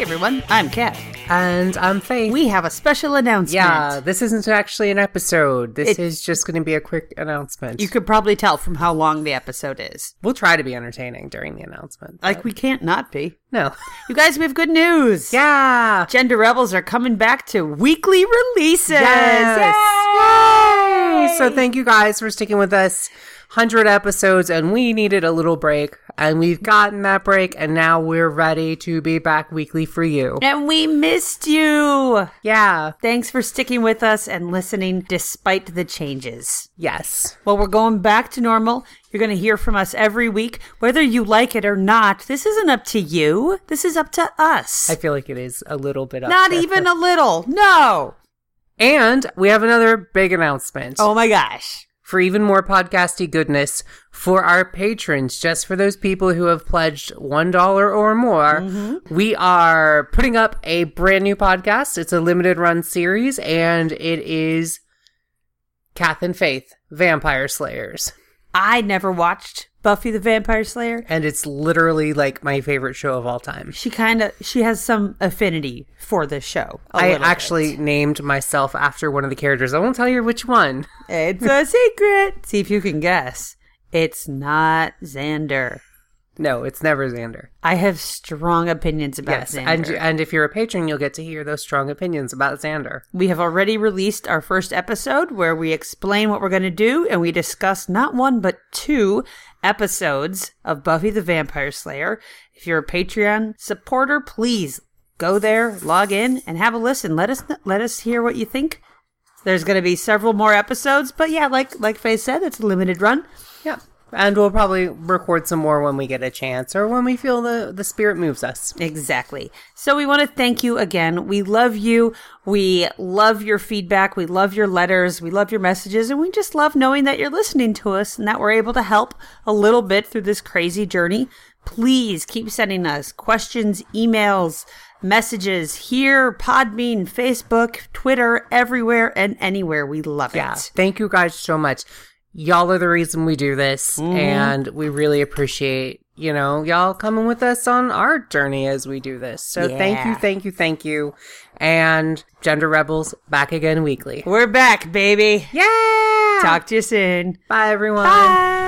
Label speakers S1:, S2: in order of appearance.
S1: everyone. I'm Kat.
S2: And I'm Faith.
S1: We have a special announcement.
S2: yeah, this isn't actually an episode. This
S1: It-
S2: is just going to be a quick announcement.
S1: You could probably tell from how long the episode is.
S2: we'll try to be entertaining during the announcement.
S1: Like, we can't not be.
S2: no.
S1: You guys, we have good news.
S2: Yeah.
S1: Gender Rebels are coming back to weekly releases.
S2: Yay!
S1: Yay!
S2: So thank you guys for sticking with us. 100 episodes, and we needed a little break, and we've gotten that break, and now we're ready to be back weekly for you.
S1: And we missed you.
S2: Yeah.
S1: Thanks for sticking with us and listening despite the changes.
S2: Yes.
S1: Well, we're going back to normal. You're going to hear from us every week, whether you like it or not. This isn't up to you. This is up to us.
S2: I feel like it is a little bit up
S1: Not
S2: there.
S1: even a little. No.
S2: And we have another big announcement.
S1: Oh my gosh.
S2: for even more podcasty goodness for our patrons, just for those people who have pledged $1 or more. We are putting up a brand new podcast. It's a limited run series, and it is Kath and Faith Vampire Slayers.
S1: I never watched Buffy the Vampire Slayer.
S2: And it's literally like my favorite show of all time.
S1: She kind of she has some affinity for this show. I
S2: I actually named myself after one of the characters. I won't tell you which one.
S1: it's a secret. See if you can guess. It's not Xander.
S2: No, it's never Xander.
S1: I have strong opinions about
S2: Yes,
S1: Xander.
S2: and and if you're a patron, you'll get to hear those strong opinions about Xander.
S1: We have already released our first episode where we explain what we're going to do and we discuss not one but two episodes of Buffy the Vampire Slayer. If you're a Patreon supporter, please go there, log in and have a listen. Let us let us hear what you think. There's going to be several more episodes, but yeah, like like Faye said, it's a limited run.
S2: Yeah. And we'll probably record some more when we get a chance or when we feel the, the spirit moves us.
S1: Exactly. So we want to thank you again. We love you. We love your feedback. We love your letters. We love your messages. And we just love knowing that you're listening to us and that we're able to help a little bit through this crazy journey. Please keep sending us questions, emails, messages here, Podbean, Facebook, Twitter, everywhere and anywhere. We love
S2: Yeah.
S1: it.
S2: Thank you guys so much. Y'all are the reason we do this. And we really appreciate, you know, y'all coming with us on our journey as we do this. So thank you,
S1: Yeah.
S2: thank you, thank you. And Gender Rebels back again weekly.
S1: We're back, baby.
S2: Yeah.
S1: Talk to you soon.
S2: Bye, everyone.
S1: Bye.